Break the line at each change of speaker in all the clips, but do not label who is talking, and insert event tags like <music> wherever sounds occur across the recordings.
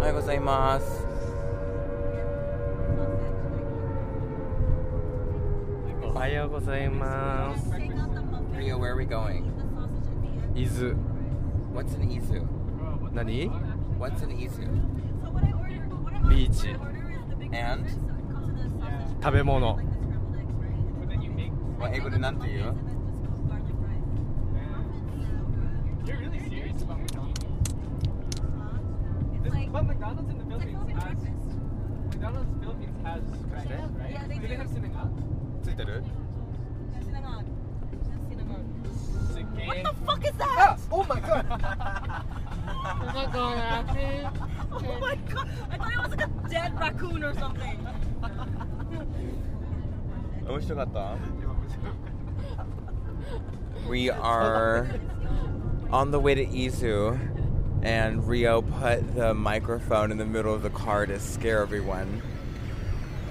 はようございます
おはようございます。
Rio where are we going?
伊豆。
What's in Izu?
何
What's in Izu?
ビーチ。
And?
食べ物。
まあ英語でなんて言う
uh, You're really serious about McDonald's?
Like-
but McDonald's in the
It's like
Philippines
open breakfast.
has McDonald's Philippines has crepes,
Yeah,
right?
they
do they
do.
have sinigang?
ついてる
Cinnamon. Cinnamon. What
Sinigang.
the fuck is <laughs> that?
Oh my god! <laughs>
Oh my god! I thought it was like a dead raccoon or something.
面白かった We are on the way to Izu and Rio put the microphone in the middle of the car to scare everyone.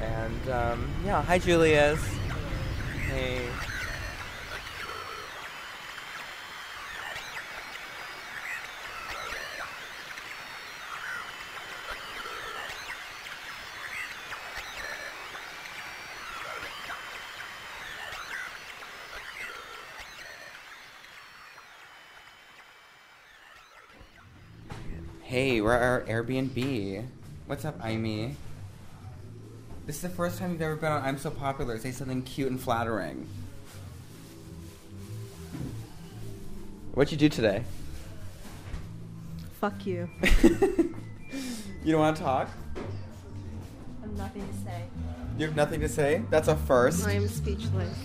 And um, yeah, hi Julius. Hey. Hey, we're at our Airbnb. What's up, Amy? This is the first time you've ever been on I'm So Popular. Say something cute and flattering. What'd you do today? <laughs>
Fuck you.
You don't want to talk?
I'm nothing to say.
You have nothing to say? That's a first.
I am speechless.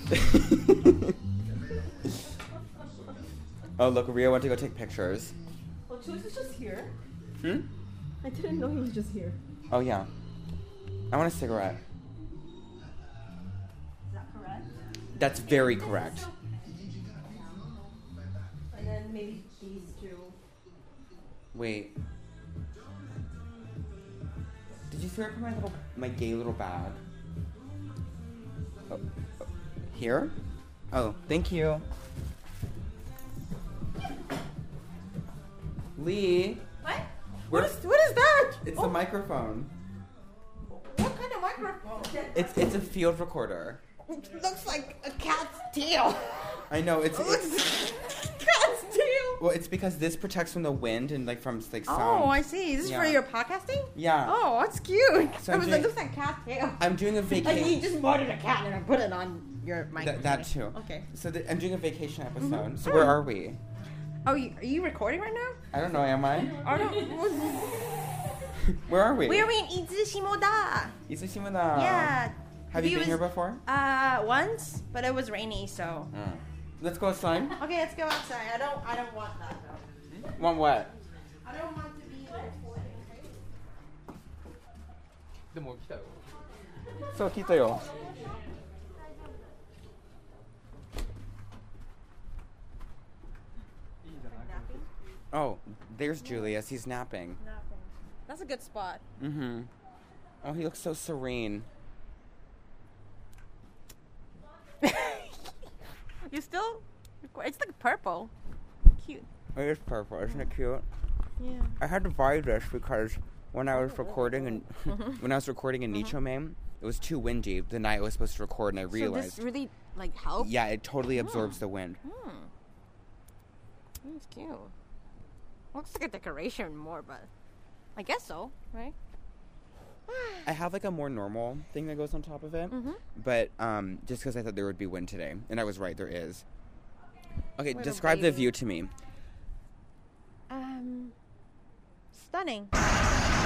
<laughs> oh, look, Rio went to go take pictures.
Well, Julius is just here.
Hmm?
I didn't know he was just here.
Oh, yeah. I want a cigarette.
Is that correct?
That's very correct.
And then maybe these two.
Wait. Did you throw it from my little, my gay little bag? Oh, oh, here? Oh, thank you. Lee,
What?
Where-
What is, what is that?
it's
oh,
the microphone.
what kind of microphone?
It's it's a field recorder.
It looks like a cat's tail. <laughs>
I know it's, Oh, it's
cat's tail.
well, it's because this protects from the wind and like from like sound.
Oh, I see. This is for
Yeah.
your podcasting?
Yeah.
Oh, that's cute.
So
<laughs> I
I'm
was
doing-
like, looks like a cat's tail.
I'm doing a
Like you
vacation.
just murdered a cat and I put it on your microphone.
That, that too.
Okay.
So th- I'm doing a vacation episode. So where are we?
Oh, you, are you recording right now?
I don't know. Am <laughs> I?
Oh no.
<laughs> Where are we?
We're in Izushimoda.
Izushima.
yeah.
Uh, Have you
It
been here
was-
before? Mm.
Uh, once, but it was rainy, so.
Let's go outside.
Okay, let's go outside. I don't. I don't want that though.
Want what?
I don't want to be recording.
でも来たよ。
そう聞いたよ。Oh, there's Julius. He's napping.
That's a good spot.
Mm-hmm. Oh, he looks so serene.
<laughs> You still? record- It's like purple. Cute.
It is Oh, purple. Isn't it cute?
Yeah.
I had to buy this because when I was recording in <laughs> when I was recording in Nicho Mame, it was too windy the night I was supposed to record, and I realized.
So this really like helps.
yeah, it totally absorbs the wind.
Hmm. That's cute. Looks like a decoration more, but I guess so, right? <sighs>
I have like a more normal thing that goes on top of
Mm-hmm.
it, but um, just because I thought there would be wind today, and I was right, there is. Okay,
Little
describe the
baby.
view to me.
Um, stunning.